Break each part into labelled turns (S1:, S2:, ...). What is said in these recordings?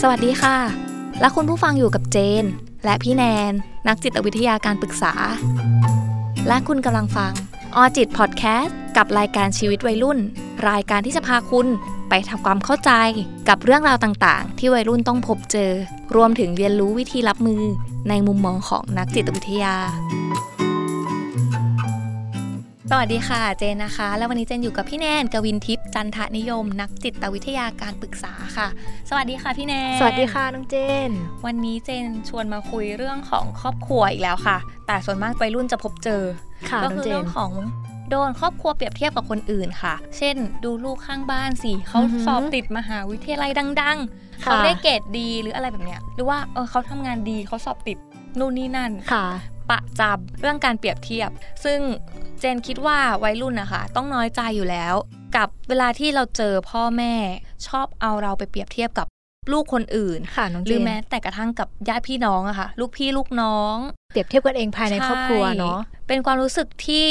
S1: สวัสดีค่ะ และคุณผู้ฟังอยู่กับเจน และพี่แนน นักจิตวิทยาการปรึกษา และคุณกำลังฟังออจิตพอดแคสต์กับรายการชีวิตวัยรุ่น รายการที่จะพาคุณไปทำความเข้าใจกับเรื่องราวต่างๆ ที่วัยรุ่นต้องพบเจอ รวมถึงเรียนรู้วิธีรับมือในมุมมองของนักจิตวิทยา สวัสดีค่ะเจนนะคะ แล้ววันนี้เจนอยู่กับพี่แนนกวินทิพย์จันทนิยม นักจิตวิทยาการปรึกษาค่ะ สวัสดีค่ะพี่แนน
S2: สวัสดีค่ะน้องเจน
S1: วันนี้เจนชวนมาคุยเรื่องของครอบครัวอีกแล้วค่ะ แต่ส่วนมากวัยรุ่นจะพบเจอ
S2: ค่ะ
S1: ก็คื
S2: น้อง
S1: อ
S2: เจ
S1: เรื่
S2: น
S1: องของโดนครอบครัวเปรียบเทียบกับคนอื่นค่ะ เช่น ดูลูกข้างบ้านสิเขา
S2: อือหือ
S1: สอบติดมหาวิทยาลัยดัง ๆ เขา
S2: ค่ะ
S1: ได้เกรดดีหรืออะไรแบบเนี้ย หรือว่าเออเขาทำงานดีเขาสอบติดนู่นนี่นั่น
S2: ค่ะ
S1: ประจำเรื่องการเปรียบเทียบ ซึ่งเจนคิดว่าวัยรุ่นนะคะต้องน้อยใจอยู่แล้ว กับเวลาที่เราเจอพ่อแม่ชอบเอาเราไปเปรียบเทียบกับลูกคนอื่น
S2: ค่ะน้อ
S1: ห
S2: งเจ
S1: รือน แม้แต่กระทั่งกับญาติพี่น้องอะค่ะ ลูกพี่ลูกน้อง
S2: เปรียบเทียบกันเองภายในครอบครัว
S1: ใช่
S2: เนาะ
S1: เป็นความรู้สึกที่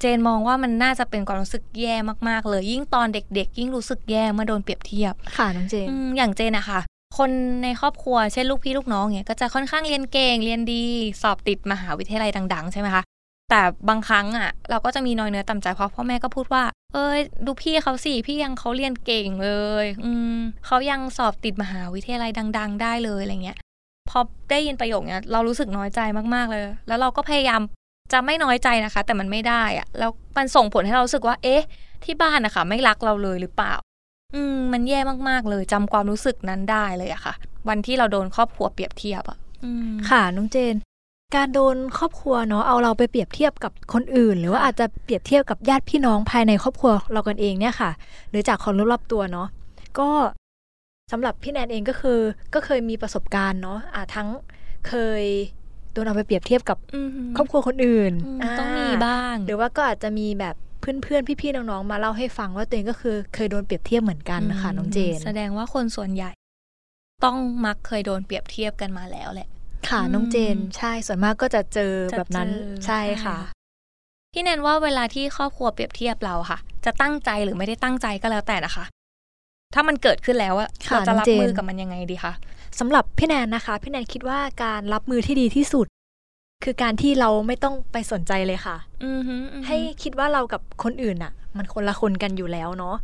S1: เจนมองว่ามันน่าจะเป็นความรู้สึกแย่มากๆ เลย ยิ่งตอนเด็ก ๆ ยิ่งรู้สึกแย่เมื่อโดนเปรียบเทียบ
S2: ค่ะน้องเจน
S1: อืมอย่างเจนอะค่ะ คนในครอบครัวเช่นลูกพี่ลูกน้องเนี่ยก็จะค่อนข้างเรียนเก่งเรียนดี สอบติดมหาวิทยาลัยดัง ๆ ใช่ไหมคะแต่บางครั้งอะเราก็จะมีน้อยเนื้อต่ำใจเพราะพ่อแม่ก็พูดว่า เอ้ยดูพี่เขาสิพี่ยังเขาเรียนเก่งเลย อืมเขายังสอบติดมหาวิทยาลัยดัง ๆ ได้เลยอะไรเงี้ย พอได้ยินประโยคเนี้ยเรารู้สึกน้อยใจมากๆเลย แล้วเราก็พยายามจะไม่น้อยใจนะคะ แต่มันไม่ได้อะแล้วมันส่งผลให้เรารู้สึกว่า เอ๊ะ ที่บ้านนะคะไม่รักเราเลยหรือเปล่า อืม มันแย่มากๆเลยจำความรู้สึกนั้นได้เลยอะค่ะ วันที่เราโดนครอบครัวเปรียบเทียบอะอืม
S2: ค่ะน้องเจน การโดนครอบครัวเนาะเอาเราไปเปรียบเทียบกับคนอื่น หรือว่าอาจจะเปรียบเทียบกับญาติพี่น้องภายในครอบครัวเรากันเองเนี่ยค่ะ หรือจากคนรอบๆตัวเนาะก็สำหรับพี่แนนเองก็คือ ก็เคยมีประสบการณ์เนาะอ่ะทั้งเคยโดนเอาไปเปรียบเทียบกับ
S1: อืม
S2: ครอบครัวคนอื่น
S1: อืมต้องมี
S2: า
S1: บ้าง
S2: หรือว่าก็อาจจะมีแบบเพื่อนๆ พี่ๆ น้องๆ มาเล่าให้ฟังว่าตัวเองก็คือเคยโดนเปรียบเทียบเหมือนกันนะคะ
S1: ม
S2: น้องเจน
S1: แสดงว่าคนส่วนใหญ่ ต้องมักเคยโดนเปรียบเทียบกันมาแล้วแหละ
S2: ค่ะ
S1: อืม
S2: น้องเจน ใช่ส่วนมากก็จะเจอ
S1: จะ
S2: แบบนั้น
S1: เจอ
S2: ใช่
S1: ใช่
S2: ค่ะ
S1: พี่แนนว่าเวลาที่ครอบครัวเปรียบเทียบเราค่ะ จะตั้งใจหรือไม่ได้ตั้งใจก็แล้วแต่นะคะ ถ้ามันเกิดขึ้นแล้วอะ
S2: ค่ะ
S1: เราจะรับ
S2: น้องเจน
S1: มือกับมันยังไงดีคะ
S2: สำหรับพี่แนนนะคะ พี่แนนคิดว่าการรับมือที่ดีที่สุด คือการที่เราไม่ต้องไปสนใจเลยค่ะ
S1: อือหืออือหือ
S2: ให้คิดว่าเรากับคนอื่นน่ะ มันคนละคนกันอยู่แล้วเนาะ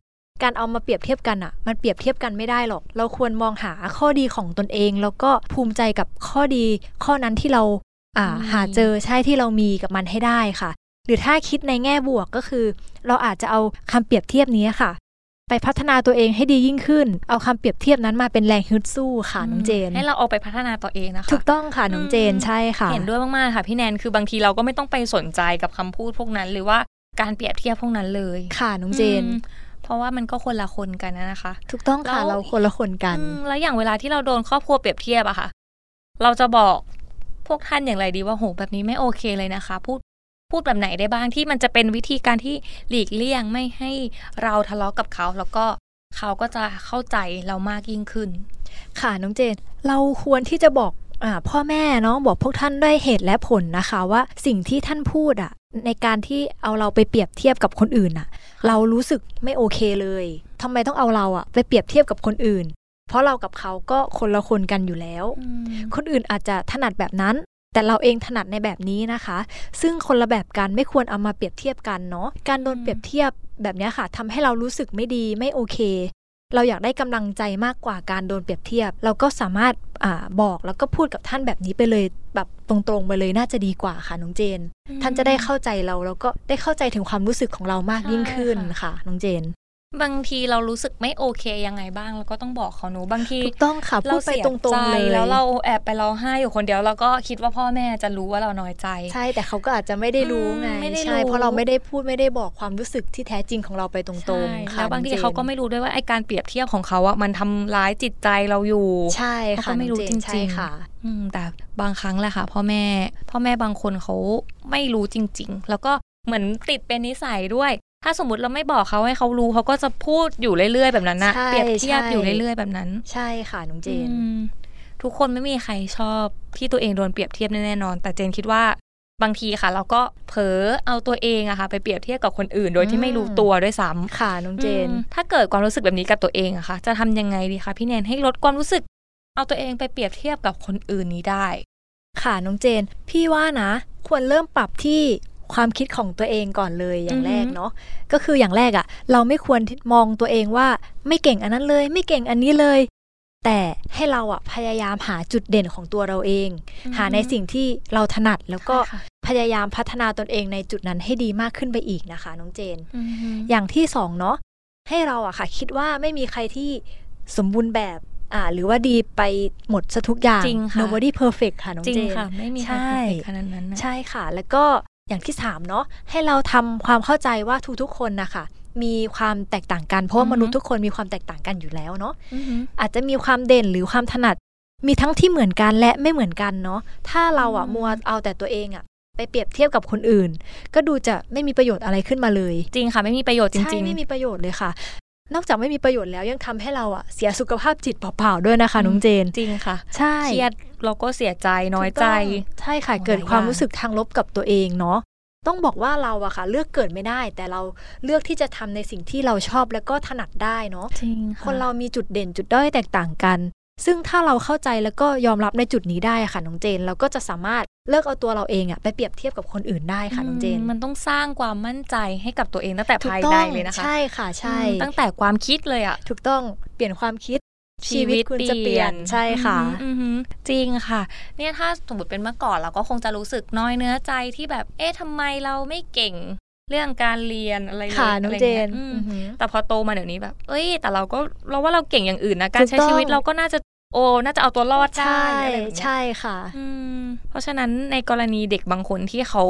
S2: การเอามาเปรียบเทียบกันอ่ะ มันเปรียบเทียบกันไม่ได้หรอก เราควรมองหาข้อดีของตนเอง แล้วก็ภูมิใจกับข้อดี ข้อนั้นที่เราอ่าหาเจอใช่ที่เรามีกับมันให้ได้ค่ะ หรือถ้าคิดในแง่บวกก็คือ เราอาจจะเอาคำเปรียบเทียบนี้ค่ะ ไปพัฒนาตัวเองให้ดียิ่งขึ้น เอาคำเปรียบเทียบนั้นมาเป็นแรงฮึดสู้ค่ะน้องเจน
S1: ให้เราเอาไปพัฒนาตัวเองนะคะ
S2: ถูกต้องค่ะน้องเจน
S1: อืม
S2: ใช่ค่ะ
S1: เห็นด้วยมากๆค่ะพี่แนนคือบางทีเราก็ไม่ต้องไปสนใจกับคำพูดพวกนั้น หรือว่าการเปรียบเทียบพวกนั้นเลย
S2: ค่ะน้องเจน
S1: อืมเพราะว่ามันก็คนละคนกันนะคะ
S2: ถูกต้องค่ะ
S1: แล้ว
S2: เราคนละคนกัน
S1: อืมแล้วอย่างเวลาที่เราโดนครอบครัวเปรียบเทียบอะค่ะ เราจะบอกพวกท่านอย่างไรดีว่าโหแบบนี้ไม่โอเคเลยนะคะ พูดพูดแบบไหนได้บ้างที่มันจะเป็นวิธีการที่หลีกเลี่ยงไม่ให้เราทะเลาะกับเขา แล้วก็เขาก็จะเข้าใจเรามากยิ่งขึ้น
S2: ค่ะน้องเจน เราควรที่จะบอกอาพ่อแม่เนาะบอกพวกท่านด้วยเหตุและผลนะคะ ว่าสิ่งที่ท่านพูดอะในการที่เอาเราไปเปรียบเทียบกับคนอื่นอะเรารู้สึกไม่โอเคเลยทำไมต้องเอาเราอะไปเปรียบเทียบกับคนอื่น เพราะเรากับเขาก็คนละคนกันอยู่แล้ว คนอื่นอาจจะถนัดแบบนั้น แต่เราเองถนัดในแบบนี้นะคะ ซึ่งคนละแบบกันไม่ควรเอามาเปรียบเทียบกันเนาะการโดน
S1: อืม
S2: เปรียบเทียบแบบเนี้ยค่ะทำให้เรารู้สึกไม่ดีไม่โอเค เราอยากได้กำลังใจมากกว่าการโดนเปรียบเทียบ เราก็สามารถอาบอกแล้วก็พูดกับท่านแบบนี้ไปเลยแบบตรงๆไปเลยน่าจะดีกว่าค่ะน้องเจน ท่านจะได้เข้าใจเราแล้วก็ได้เข้าใจถึงความรู้สึกของเรามากยิ่งขึ้นค่ะน้องเจน
S1: บางทีเรารู้สึกไม่โอเคยังไงบ้าง แล้วก็ต้องบอกเขาหนูบางที
S2: ถูกต้องค่ะพูดไปตรงๆ
S1: เรา
S2: เลย
S1: สีใจแล้วเราแอบไปร้องไห้อยู่คนเดียว แล้วก็คิดว่าพ่อแม่จะรู้ว่าเราน้อยใจ
S2: ใช่แต่เขาก็อาจจะไม่ได้รู้ไง
S1: อืมไม่ได้
S2: ใช่
S1: รู้
S2: เพราะเราไม่ได้พูดไม่ได้บอกความรู้สึกที่แท้จริงของเราไปตรงๆ
S1: ใช่
S2: ค่ะ
S1: แล้วบางที
S2: น้อ
S1: เขาก็ไม่รู้ด้วยว่าไอการเปรียบเทียบของเขาอะมันทำร้ายจิตใจเราอยู่
S2: ใช่
S1: เขา
S2: ค่ะ
S1: ก็ไม่รู้
S2: น้อเน
S1: จริงๆ
S2: ใช่ค่ะ
S1: อืมแต่บางครั้งแหละค่ะพ่อแม่ พ่อแม่บางคนเขาไม่รู้จริง ๆ แล้วก็เหมือนติดเป็นนิสัยด้วย ถ้าสมมติเราไม่บอกเขาให้เขารู้เขาก็จะพูดอยู่เรื่อยๆ แบบนั้นนะ
S2: ใช่
S1: เปรียบเทียบ
S2: ใช่
S1: อยู่เรื่อยๆ แบบนั้น
S2: ใช่ค่ะน้องเจน
S1: อืมทุกคนไม่มีใครชอบที่ตัวเองโดนเปรียบเทียบแน่ๆนอน แต่เจนคิดว่าบางทีค่ะ เราก็เผลอเอาตัวเองอะค่ะ ไปเปรียบเทียบกับคนอื่น โดยที่ไม่รู้ตัวด้วยซ้ำ
S2: ค่ะน้องเจน
S1: อืมถ้าเกิดความรู้สึกแบบนี้กับตัวเองอะค่ะ จะทำยังไงดีคะพี่แนนให้ลดความรู้สึก เอาตัวเองไปเปรียบเทียบกับคนอื่นนี้ได้
S2: ค่ะน้องเจน พี่ว่านะ ควรเริ่มปรับที่ความคิดของตัวเองก่อนเลยอย่าง
S1: อือฮึ
S2: แรกเนาะก็คืออย่างแรกอะ่ะ เราไม่ควรที่มองตัวเองว่าไม่เก่งอันนั้นเลย ไม่เก่งอันนี้เลย แต่ให้เราอะ่ะพยายามหาจุดเด่นของตัวเราเอง หาในสิ่งที่เราถนัดแล้วก็
S1: ใช่ค่ะ
S2: พยายามพัฒนาตนเองในจุดนั้นให้ดีมากขึ้นไปอีกนะคะน้องเจน
S1: อืม
S2: อย่างที่สองเนาะให้เราอะค่ะ คิดว่าไม่มีใครที่สมบูรณ์แบบอ่าหรือว่าดีไปหมดซะทุกอย่าง
S1: จริงค่ะ
S2: nobody perfect ค่ะน้อง
S1: จริง
S2: เจน
S1: ค่ะ ไม่มีใคร
S2: ใช่
S1: เพอร์เฟกต์ขนาดนั้นนะ
S2: ใช่ค่ะ แล้วก็อย่างที่สามเนาะให้เราทำความเข้าใจว่าทุกๆคนนะคะมีความแตกต่างกันเพราะว่ามนุษย์ทุกคนมีความแตกต่างกันอยู่แล้วเนาะ
S1: อือหือ
S2: อาจจะมีความเด่นหรือความถนัด มีทั้งที่เหมือนกันและไม่เหมือนกันเนาะถ้าเราอะ
S1: อืม
S2: มัวเอาแต่ตัวเองอะไปเปรียบเทียบกับคนอื่น ก็ดูจะไม่มีประโยชน์อะไรขึ้นมาเลย
S1: จริงค่ะ ไม่มีประโยชน์จริง
S2: ใช่ไม่มีประโยชน์เลยค่ะ นอกจากไม่มีประโยชน์แล้วยังทำให้เราอะเสียสุขภาพจิตเปล่าๆด้วยนะคะ
S1: อืม
S2: น้องเจน
S1: จริงค่ะ
S2: ใช่
S1: เครียดเราก็เสียใจน้อย
S2: ถูก
S1: ใจ
S2: ต้งใช่ค่ะ
S1: หลาย
S2: เกิดควา
S1: อ
S2: ม
S1: ย่าง
S2: รู้สึกทางลบกับตัวเองเนาะต้องบอกว่าเราอะค่ะ เลือกเกิดไม่ได้ แต่เราเลือกที่จะทำในสิ่งที่เราชอบแล้วก็ถนัดได้เนาะ
S1: จริงะ
S2: คนเรามีจุดเด่นจุดด้อยแตกต่างกัน ซึ่งถ้าเราเข้าใจแล้วก็ยอมรับในจุดนี้ได้อะค่ะน้องเจน เราก็จะสามารถเลิกเอาตัวเราเองอะไปเปรียบเทียบกับคนอื่นได้ค่ะน้องเจน
S1: มันต้องสร้างความมั่นใจให้กับตัวเองตั้งแต่
S2: ถูก
S1: ภาย
S2: ต้
S1: ใน
S2: อง
S1: เลยนะคะ
S2: ใช่ค่ะใช่
S1: อืมตั้งแต่ความคิดเลยอ่ะ
S2: ถูกต้องเปลี่ยนความคิดชี
S1: ชี
S2: วิ
S1: วิ
S2: ต
S1: ต
S2: คุณจะเปลี่ยนใช่ค่ะ
S1: อือหือจริงค่ะ เนี่ยถ้าสมมติเป็นเมื่อก่อนเราก็คงจะรู้สึกน้อยเนื้อใจที่แบบ เอ๊ะทำไมเราไม่เก่งเรื่องการเรียนอะไรเลย
S2: ค่ะน้องเจน
S1: อะไรงี้ยอืม
S2: อือหือ
S1: แต่พอโตมาเดี๋ยวนี้แบบ เอ้ย แต่เราก็เราว่าเราเก่งอย่างอื่นนะ กา
S2: ถู
S1: ร
S2: กต้อง
S1: ใช้ชีวิตเราก็น่าจะโอ้น่าจะเอาตัวรอดได้
S2: ใช่
S1: อะไรแบบเนี้ย
S2: ใช่ค่ะ
S1: อืมเพราะฉะนั้นในกรณีเด็กบางคนที่เขา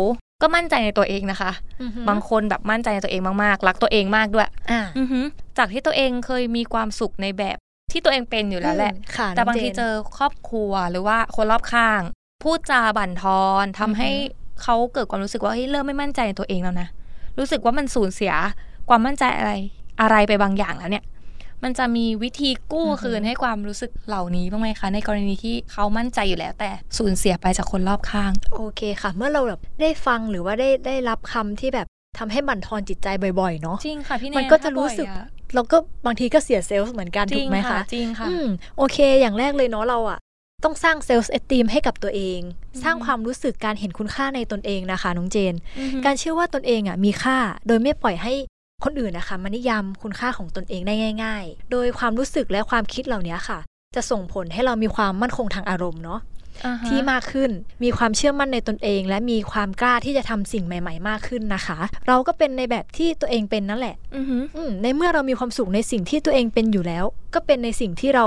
S1: ก็มั่นใจในตัวเองนะคะ
S2: อือหือบ
S1: างคนแบบมั่นใจในตัวเองมากๆรักตัวเองมากด้วย
S2: อ่า
S1: อือหือจากที่ตัวเองเคยมีความสุขในแบบที่ตัวเองเป็นอยู่แล้วแหละ
S2: ค่ะ
S1: แต่บาง
S2: น้
S1: ที
S2: น
S1: เจอครอบครัวหรือว่าคนรอบข้าง พูดจาบั่นทอนทำให้
S2: อือฮึ
S1: เขาเกิดความรู้สึกว่าเฮ้ยเริ่มไม่มั่นใจในตัวเองแล้วนะ รู้สึกว่ามันสูญเสียความมั่นใจอะไรอะไรไปบางอย่างแล้วเนี่ย มันจะมีวิธีกู้คืนให้ความรู้สึกเหล่านี้บ้างไหมคะ ในกรณีที่เขามั่นใจอยู่แล้ว แต่สูญเสียไปจากคนรอบข้าง
S2: โอเคค่ะ เมื่อเราแบบได้ฟังหรือว่าได้ได้รับคำที่แบบทำให้บั่นทอนจิตใจบ่อยๆเนาะ
S1: จริงค่ะพี่เน
S2: มันก็จะรู้สึก
S1: ถ้าบ่อยอะ
S2: เราก็บางทีก็เสียเซลล์เหมือนกัน
S1: จ
S2: ถู
S1: ริ
S2: ก
S1: ง
S2: ไหม
S1: ค่ะ
S2: คะ
S1: จริงค่ะ
S2: อืมโอเค อย่างแรกเลยเนาะเราอะต้องสร้างเซลล์เอสติมให้กับตัวเอง
S1: อืม
S2: สร้างความรู้สึกการเห็นคุณค่าในตนเองนะคะน้องเจน
S1: อือฮึ
S2: การเชื่อว่าตนเองอ่ะมีค่า โดยไม่ปล่อยให้คนอื่นนะคะมานิยามคุณค่าของตนเองได้ง่าย ๆ โดยความรู้สึกและความคิดเหล่านี้ค่ะ จะส่งผลให้เรามีความมั่นคงทางอารมณ์เนาะ
S1: อ่าฮะ
S2: ที่มากขึ้นมีความเชื่อมั่นในตนเอง และมีความกล้าที่จะทำสิ่งใหม่ ๆ มากขึ้นนะคะ เราก็เป็นในแบบที่ตัวเองเป็นนั่นแหละ
S1: อือฮึ
S2: อืมในเมื่อเรามีความสุขในสิ่งที่ตัวเองเป็นอยู่แล้ว ก็เป็นในสิ่งที่เรา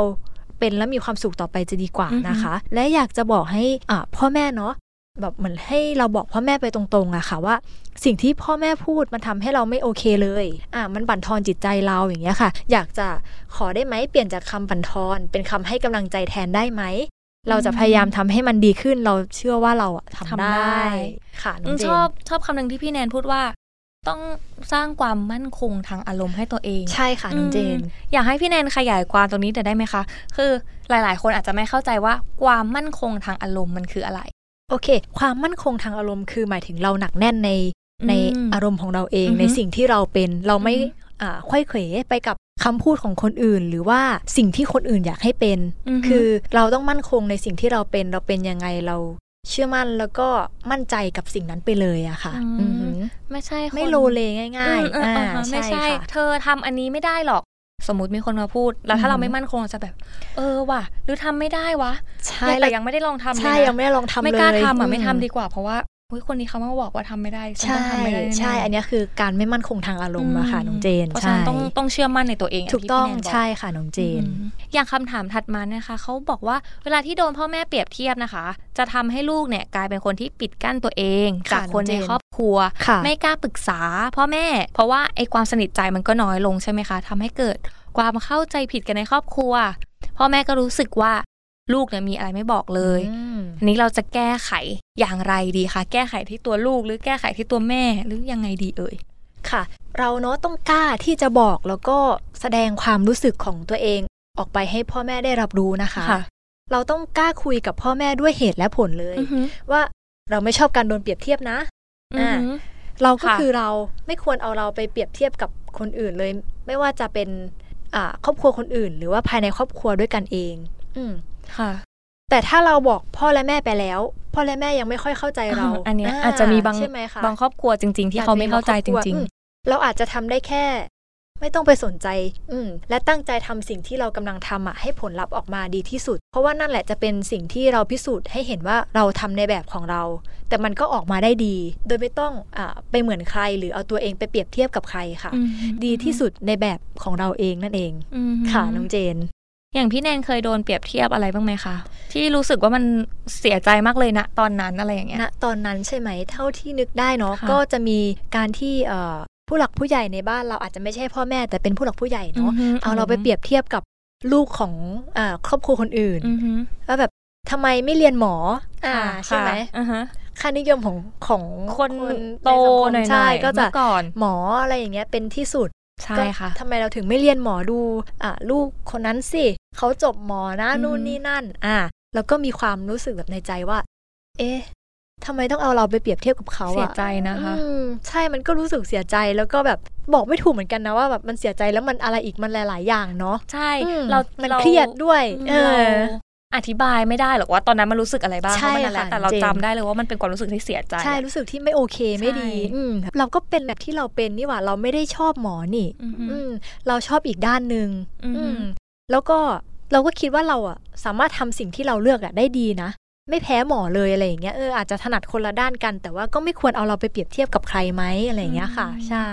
S2: เป็นและมีความสุขต่อไปจะดีกว่านะคะ และอยากจะบอกให้อ่าพ่อแม่เนาะ แบบเหมือนให้เราบอกพ่อแม่ไปตรงๆอะค่ะว่า สิ่งที่พ่อแม่พูดมันทำให้เราไม่โอเคเลยอ่ะมันบั่นทอนจิตใจเราอย่างเงี้ยค่ะ อยากจะขอได้ไหมเปลี่ยนจากคำบั่นทอน เป็นคำให้กำลังใจแทนได้ไหม เราจะพยายามทำให้มันดีขึ้นเราเชื่อว่าเราอะทำได้ ค่ะน้องเจน
S1: ชอบชอบคำหนึ่งที่พี่แนนพูดว่า ต้องสร้างความมั่นคงทางอารมณ์ให้ตัวเอง
S2: ใช่ค่ะน้องเจน
S1: อืมอยากให้พี่แนนขยายความตรงนี้แต่อยได้ไหมคะ คือหลายๆ คนอาจจะไม่เข้าใจว่าความมั่นคงทางอารมณ์มันคืออะไร
S2: โอเค ความมั่นคงทางอารมณ์คือหมายถึงเราหนักแน่นใน
S1: อืม
S2: ในอารมณ์ของเราเอง
S1: อือฮึ
S2: ในสิ่งที่เราเป็นเราไม่
S1: อือฮึ
S2: อ่าไขว้เขวไปกับคำพูดของคนอื่น หรือว่าสิ่งที่คนอื่นอยากให้เป็น คือเราต้องมั่นคงในสิ่งที่เราเป็นเราเป็นยังไงเราเชื่อมั่นแล้วก็มั่นใจกับสิ่งนั้นไปเลยอะค่ะ
S1: อืม
S2: อือหือ
S1: ไม่ใช่คน
S2: ไม่โลเลง่าย
S1: อืม
S2: ๆอ่า
S1: เออเออไม่
S2: ใช่
S1: ใช่
S2: ค่ะ
S1: เธอทำอันนี้ไม่ได้หรอก สมมติมีคนมาพูด แล้ว
S2: อื
S1: ถ้าม เราไม่มั่นคงเราจะแบบ เออว่ะ หรือทำไม่ได้วะ
S2: ใช่
S1: เนี่ยแต่ยังไม่ได้ลองทำเลย
S2: ใช่
S1: นะ
S2: ยังไม่ได้ลองทำเลย
S1: ไม่กล้าทำอ่ะไม่ทำ
S2: อื
S1: ดีกว่า เพราะว่าอุ๊ยคนนี้เขามาบอกว่าทำไม่ได้ฉันต้อง
S2: ใช่
S1: ทำไม่ได้แน่ๆ
S2: ใช่ อันเนี้ยคือการไม่มั่นคงทางอารมณ์อะค่ะน้องเจน
S1: เพราะฉะ
S2: ใช่
S1: นั้นต้องต้องเชื่อมั่นในตัวเองย่า
S2: ถูก
S1: ที่
S2: ต้อง
S1: พี่แนนบ
S2: ใช่ค่ะน้องเจน
S1: อืมอย่างคำถามถัดมาเนี่ยนะคะเขาบอกว่าเวลาที่โดนพ่อแม่เปรียบเทียบนะคะ จะทำให้ลูกเนี่ยกลายเป็นคนที่ปิดกั้นตัวเอง
S2: ค่ะ
S1: จากคน
S2: น้องเจ
S1: ใน
S2: น
S1: ครอบครัว
S2: ค่ะ
S1: ไม่กล้าปรึกษาพ่อแม่ เพราะว่าไอ้ความสนิทใจมันก็น้อยลงใช่ไหมคะทำให้เกิดความเข้าใจผิดกันในครอบครัว พ่อแม่ก็รู้สึกว่าลูกเนี่ยมีอะไรไม่บอกเลย
S2: อืม
S1: อันนี้เราจะแก้ไขอย่างไรดีคะแก้ไขที่ตัวลูกหรือแก้ไขที่ตัวแม่หรือยังไงดีเอ่ย
S2: ค่ะ เราเนาะต้องกล้าที่จะบอกแล้วก็แสดงความรู้สึกของตัวเอง ออกไปให้พ่อแม่ได้รับรู้นะคะ เราต้องกล้าคุยกับพ่อแม่ด้วยเหตุและผลเลย ว่าเราไม่ชอบการโดนเปรียบเทียบนะ อ่า เราก็
S1: ค่ะ
S2: คือเราไม่ควรเอาเราไปเปรียบเทียบกับคนอื่นเลย ไม่ว่าจะเป็นอ่าครอบครัวคนอื่น หรือว่าภายในครอบครัวด้วยกันเอง อืม
S1: ค่ะ
S2: แต่ถ้าเราบอกพ่อและแม่ไปแล้ว พ่อและแม่ยังไม่ค่อยเข้าใจเรา
S1: อันเนี้ยอาจจะมีบาง
S2: ใช่ไหมคะ
S1: บางครอบครัวจริง ๆ ที่เขาไม่เข้าใจจริง
S2: อืมเราอาจจะทำได้แค่ ไม่ต้องไปสนใจ อืมและตั้งใจทำสิ่งที่เรากำลังทำอ่ะให้ผลลัพธ์ออกมาดีที่สุด เพราะว่านั่นแหละจะเป็นสิ่งที่เราพิสูจน์ให้เห็นว่าเราทำในแบบของเรา แต่มันก็ออกมาได้ดี โดยไม่ต้องอ่าไปเหมือนใคร หรือเอาตัวเองไปเปรียบเทียบกับใครค่ะ
S1: ๆอืม
S2: ดีที่สุดในแบบของเราเองนั่นเอง
S1: อืม
S2: ค่ะน้องเจน
S1: อย่างพี่แนนเคยโดนเปรียบเทียบอะไรบ้างไหมคะ ที่รู้สึกว่ามันเสียใจมากเลยนะตอนนั้นอะไรอย่างเงี้ย
S2: ณตอนนั้นใช่ไหมเท่าที่นึกได้เนาะ
S1: ค่ะ
S2: ก็จะมีการที่เอ่อผู้หลักผู้ใหญ่ในบ้านเราอาจจะไม่ใช่พ่อแม่แต่เป็นผู้หลักผู้ใหญ่เนาะ
S1: อือฮึ
S2: เอาเราไป
S1: อือฮึ
S2: เปรียบเทียบกับลูกของอาครอบครัวคนอื่น
S1: อือฮึ
S2: ว่าแบบทำไมไม่เรียนหมออ่า
S1: ค่ะ
S2: ใช่ไหม
S1: ค่ะอ่าฮะ
S2: ค่านิยมของของ
S1: คนโต
S2: ใสังคม
S1: หน่อยๆ
S2: ใช่ก็จะ
S1: เมื่อก่อน
S2: หมออะไรอย่างเงี้ยเป็นที่สุด
S1: ใช่ค่ะ
S2: ก็ทำไมเราถึงไม่เรียนหมอดูอ่ะลูกคนนั้นสิเขาจบหมอนะ
S1: อือฮึ
S2: นู่นนี่นั่น อ่ะแล้วก็มีความรู้สึกแบบในใจว่า เอ๊ะทำไมต้องเอาเราไปเปรียบเทียบกับเขา
S1: เสีย
S2: อ่ะ
S1: ใจนะคะ
S2: อืมใช่มันก็รู้สึกเสียใจแล้วก็แบบบอกไม่ถูกเหมือนกันนะว่าแบบมันเสียใจแล้วมันอะไรอีกมันหลาย ๆ อย่างเนาะ
S1: ใช่
S2: อืม
S1: เรา
S2: มัน
S1: รา
S2: เครียดด้วย เอ
S1: เรา
S2: อ
S1: อธิบายไม่ได้หรอกว่าตอนนั้นมันรู้สึกอะไรบ้าง
S2: ใช่
S1: เพราะมันนั่นแหละ
S2: ค่ะ
S1: แต่เรา
S2: จริง
S1: จำได้เลยว่ามันเป็นความรู้สึกที่เสียใจ
S2: ใช่รู้สึกที่ไม่โอเคไม่ดี
S1: ใช่
S2: อืมเราก็เป็นแบบที่เราเป็นนี่หว่าเราไม่ได้ชอบหมอนี่
S1: อือฮึ
S2: อืมเราชอบอีกด้านหนึ่ง
S1: อือฮึ
S2: อืมแล้วก็เราก็คิดว่าเราอ่ะสามารถทำสิ่งที่เราเลือกอ่ะได้ดีนะ ไม่แพ้หมอเลยอะไรอย่างเงี้ยเอออาจจะถนัดคนละด้านกัน แต่ว่าก็ไม่ควรเอาเราไปเปรียบเทียบกับใครไหมอะไรอย่างเงี้ยค่ะ ใช่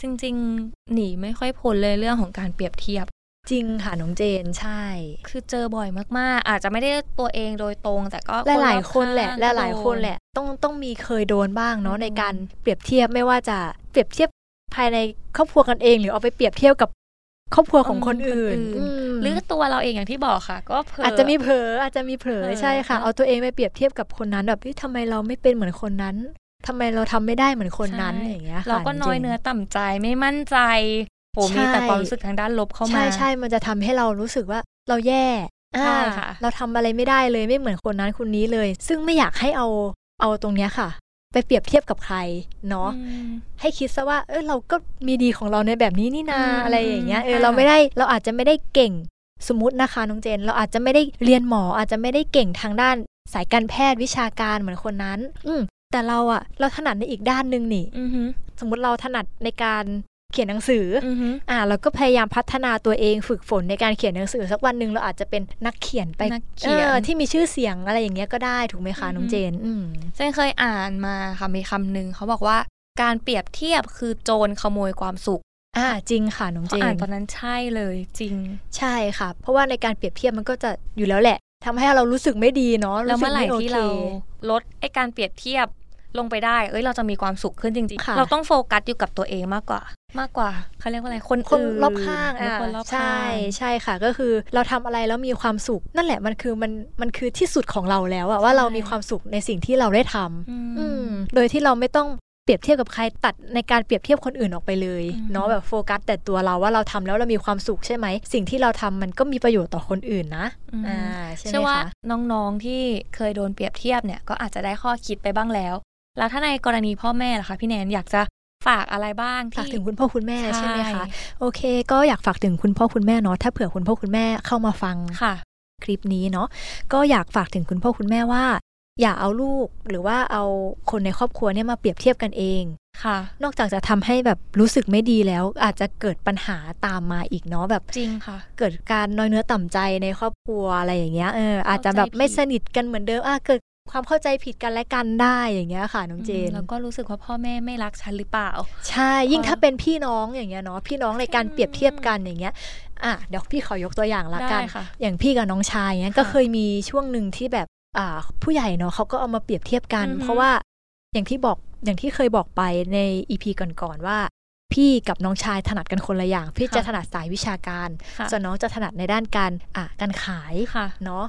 S1: จริง ๆ หนีไม่ค่อยพ้นเลยเรื่องของการเปรียบเทียบ
S2: จริงค่ะน้องเจนใช่
S1: คือเจอบ่อยมากๆ อาจจะไม่ได้ตัวเองโดยตรง แต่ก็
S2: หลาย
S1: รอบ
S2: ๆคนแหละ
S1: ข้ง
S2: และ
S1: ก็
S2: หลาย
S1: โด
S2: คนแหละ ต้องต้องมีเคยโดนบ้างเนาะ
S1: อืม
S2: ในการเปรียบเทียบไม่ว่าจะเปรียบเทียบภายในครอบครัวกันเอง หรือเอาไปเปรียบเทียบกับครอบครัวของคนอื่นอืม
S1: หรือตัวเราเองอย่างที่บอกค่ะ ก็เผลออ
S2: อาจจะมีเผลออาจจะมีเผลอ
S1: เผลอ
S2: ใช่ค่ะ
S1: นะ
S2: เอาตัวเองไปเปรียบเทียบกับคนนั้นแบบเฮ้ยทำไมเราไม่เป็นเหมือนคนนั้นทำไมเราทำไม่ได้เหมือนคนนั้น
S1: ใช่
S2: อย่างเงี้ยค่ะ
S1: เราก็น้อย
S2: จริง
S1: เนื้อต่ำใจไม่มั่นใจโห
S2: ใช่
S1: มีแต่ความรู้สึกทางด้านลบเข้ามา
S2: ใช่ใช่มันจะทำให้เรารู้สึกว่าเราแย่อ่า
S1: ใช่ค่ะ
S2: เราทำอะไรไม่ได้เลยไม่เหมือนคนนั้นคนนี้เลย ซึ่งไม่อยากให้เอาเอาตรงเนี้ยค่ะ ไปเปรียบเทียบกับใครเนาะ
S1: อืม
S2: ให้คิดซะว่า เออเราก็มีดีของเราในแบบนี้นี่นา
S1: อืม
S2: อะไรอย่างเงี้ย เออ
S1: ค่ะ
S2: เราไม่ได้เราอาจจะไม่ได้เก่งสมมตินะคะน้องเจน เราอาจจะไม่ได้เรียนหมออาจจะไม่ได้เก่งทางด้านสายการแพทย์วิชาการเหมือนคนนั้น อืมแต่เราอะเราถนัดในอีกด้านหนึ่งนี่
S1: ือหือ
S2: สมมติเราถนัดในการเขียนหนังสืออ
S1: อือหือ
S2: อ่าเราก็พยายามพัฒนาตัวเองฝึกฝนในการเขียนหนังสือ สักวันหนึ่งเราอาจจะเป็นนักเขียนไป
S1: นักเขีย
S2: อน อที่มีชื่อเสียงอะไรอย่างเงี้ยก็ได้ถูกไหมคะน้อง
S1: อือหือ
S2: เจน อืม
S1: เจนเคยอ่านมาค่ะมีคำหนึ่งเขาบอกว่าการเปรียบเทียบคือโจรขโมยความสุข
S2: อ่าจริงค่ะน้อง
S1: พ
S2: เจ
S1: อน อ่านตอนนั้นใช่เลยจริง
S2: ใช่ค่ะ เพราะว่าในการเปรียบเทียบมันก็จะอยู่แล้วแหละทำให้เรารู้สึกไม่ดีเนาะ
S1: แล้ว
S2: สึ
S1: เมื่
S2: ก
S1: อไหร่
S2: ไโค
S1: ที่เราลดไอการเปรียบเทียบลงไปได้ เอ้ยเราจะมีความสุขขึ้นจริง
S2: ค่ะ
S1: ๆ เราต้องโฟกัสอยู่กับตัวเองมากกว่า มากกว่าเขาเรียกว่าอะไรคน
S2: คน
S1: อื่
S2: รอบข้าง
S1: หรื
S2: อ่ะ
S1: คนรอบข้าง
S2: ใช่ใช่ค่ะ ก็คือเราทำอะไรแล้วมีความสุข นั่นแหละมันคือมันมันคือที่สุดของเราแล้วอะว่าเรามีความสุขในสิ่งที่เราได้ทำ
S1: อืม
S2: อืมโดยที่เราไม่ต้องเปรียบเทียบกับใครตัดในการเปรียบเทียบคนอื่นออกไปเลย
S1: อืม
S2: เนาะแบบโฟกัสแต่ตัวเราว่าเราทำแล้วเรามีความสุขใช่ไหมสิ่งที่เราทำมันก็มีประโยชน์ต่อคนอื่นนะ
S1: อืม
S2: อ่าใช่ไห
S1: เชื่อ
S2: ม
S1: ว่า
S2: คะ
S1: น้องๆที่เคยโดนเปรียบเทียบเนี่ยก็อาจจะได้ข้อคิดไปบ้างแล้ว แล้วถ้าในกรณีพ่อแม่ล่ะคะพี่แนนอยากจะฝากอะไรบ้างที่
S2: ฝากถึงคุณพ่อคุณแม่
S1: ใช่
S2: ใช่ไหมคะ โอเค ก็อยากฝากถึงคุณพ่อคุณแม่เนาะถ้าเผื่อคุณพ่อคุณแม่เข้ามาฟัง
S1: ค่ะ
S2: คลิปนี้เนาะก็อยากฝากถึงคุณพ่อคุณแม่ว่า อย่าเอาลูกหรือว่าเอาคนในครอบครัวเนี่ยมาเปรียบเทียบกันเอง
S1: ค่ะ
S2: นอกจากจะทำให้แบบรู้สึกไม่ดีแล้ว อาจจะเกิดปัญหาตามมาอีกเนาะแบบ
S1: จริงค่ะ
S2: เกิดการน้อยเนื้อต่ำใจในครอบครัวอะไรอย่างเงี้ยเอออาจจะแบบไม่สนิทกันเหมือนเดิมอ่ะเกิดความเข้าใจผิดกันและกันได้อย่างเงี้ยค่ะน้องเจน
S1: แล้วก็รู้สึกว่าพ่อแม่ไม่รักฉันหรือเปล่า
S2: ใช่ ยิ่ง
S1: พอ
S2: ถ้าเป็นพี่น้องอย่างเงี้ยเนาะพี่น้องในการ
S1: อืม
S2: เปรียบเทียบกันอย่างเงี้ยอ่ะเดี๋ยวพี่ขอยกตัวอย่างละกัน
S1: ได้ค่ะ
S2: อย่างพี่กับน้องชายเงี้ย
S1: ค่ะ
S2: ก็เคยมีช่วงหนึ่งที่แบบอ่าผู้ใหญ่เนาะเขาก็เอามาเปรียบเทียบกัน
S1: อือฮึ
S2: เพราะว่าอย่างที่บอกอย่างที่เคยบอกไปในอีพีก่อนๆว่า พี่กับน้องชายถนัดกันคนละอย่าง พี่จะถนัดสายวิชาการ
S1: ค่ะ
S2: ส่วนน้องจะถนัดในด้านการอ่ะการขาย
S1: ค่ะ
S2: เนาะ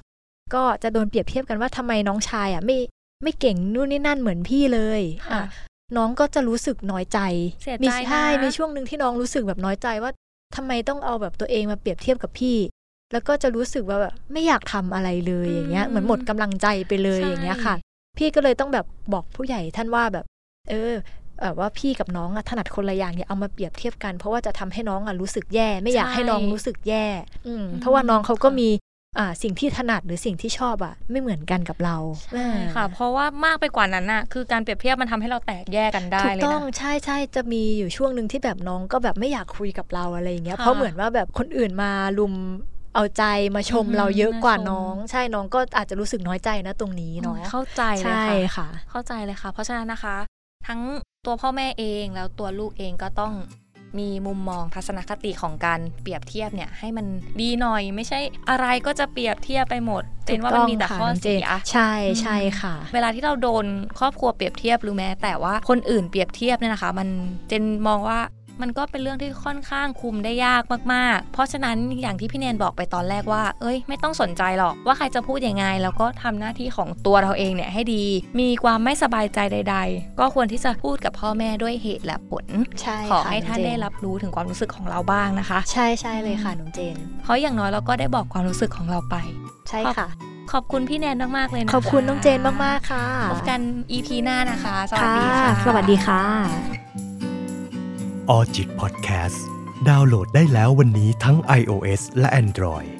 S2: ก็จะโดนเปรียบเทียบกันว่าทำไมน้องชายอ่ะไม่ไม่เก่งนู่นนี่นั่นเหมือนพี่เลย
S1: ค่ะ
S2: อ่ะน้องก็จะรู้สึกน้อยใจ
S1: เสียใจ
S2: มีใช่
S1: นะ
S2: มีช่วงหนึ่งที่น้องรู้สึกแบบน้อยใจว่าทำไมต้องเอาแบบตัวเองมาเปรียบเทียบกับพี่ แล้วก็จะรู้สึกว่าแบบไม่อยากทำอะไรเลยอย่างเงี้ยเหมือนหมดกำลังใจไปเลยอย่างเงี้ยค่ะ พี่ก็เลยต้องแบบบอกผู้ใหญ่ท่านว่าแบบ เออแบบว่าพี่กับน้องอะถนัดคนละอย่างเนี่ยเอามาเปรียบเทียบกัน เพราะว่าจะทำให้น้องอะรู้สึกแย่ ไม่อยาก
S1: ใช่
S2: ให้น้องรู้สึกแย่ อืม
S1: อืม
S2: เพราะว่าน้องเขาก็
S1: ค่ะ
S2: มี อ่าสิ่งที่ถนัดหรือสิ่งที่ชอบอ่ะ ไม่เหมือนกันกับเรา
S1: ใช่
S2: อ่า
S1: ค่ะ เพราะว่ามากไปกว่านั้นน่ะ คือการเปรียบเทียบมันทำให้เราแตกแยกกันได้
S2: ถูก
S1: เลย
S2: ต้อง
S1: นะ
S2: ใช่ใช่จะมีอยู่ช่วงหนึ่งที่แบบน้องก็แบบไม่อยากคุยกับเราอะไรอย่างเงี้ย
S1: ค่ะ
S2: เพราะเหมือนว่าแบบคนอื่นมาลุมเอาใจมาชม
S1: อือหือ
S2: เราเยอะกว่า
S1: มาชม
S2: น้อง ใช่น้องก็อาจจะรู้สึกน้อยใจนะตรงนี้เนาะ
S1: โอ้ยเข้าใจเลย
S2: ใช่
S1: ค่ะ
S2: ค่ะ
S1: เข้าใจเลยค่ะ เพราะฉะนั้นนะคะ ทั้งตัวพ่อแม่เองแล้วตัวลูกเองก็ต้องมีมุมมองทัศนคติของการเปรียบเทียบเนี่ยให้มันดีหน่อย ไม่ใช่อะไรก็จะเปรียบเทียบไปหมดเจนว่ามันมีแต่ข้อ
S2: ถูกต้งค่ะน้งเจ
S1: เสี
S2: น
S1: ย
S2: ใช่
S1: อืม
S2: ใช่ค่ะ
S1: เวลาที่เราโดนครอบครัวเปรียบเทียบหรือแม้แต่ว่าคนอื่นเปรียบเทียบเนี่ยนะคะ มันเจนมองว่ามันก็เป็นเรื่องที่ค่อนข้างคุมได้ยากมากๆ เพราะฉะนั้นอย่างที่พี่แนนบอกไปตอนแรกว่า เอ้ย ไม่ต้องสนใจหรอกว่าใครจะพูดยังไง แล้วก็ทำหน้าที่ของตัวเราเองเนี่ยให้ดี มีความไม่สบายใจใด ๆ ก็ควรที่จะพูดกับพ่อแม่ด้วยเหตุและผล
S2: ใช่
S1: ขอ
S2: ค่ะ
S1: ให้ท่าน
S2: องเจ
S1: ได้รับรู้ถึงความรู้สึกของเราบ้างนะคะ
S2: ใช่ใช่เลยค่ะน้องเจน
S1: เพราะอย่างน้อยเราก็ได้บอกความรู้สึกของเราไป
S2: ใช่ค่ะ
S1: ขอบคุณพี่แนนมากๆเลยนะคะ
S2: ขอบคุณน้องเจนมากๆค่ะ
S1: พบกัน EP หน้านะคะ สวัส
S2: ค่ะ
S1: ดีค่ะ
S2: สวัสดีค่ะ
S3: ออจิตพอดแคสต์ดาวน์โหลดได้แล้ววันนี้ทั้ง iOS และ Android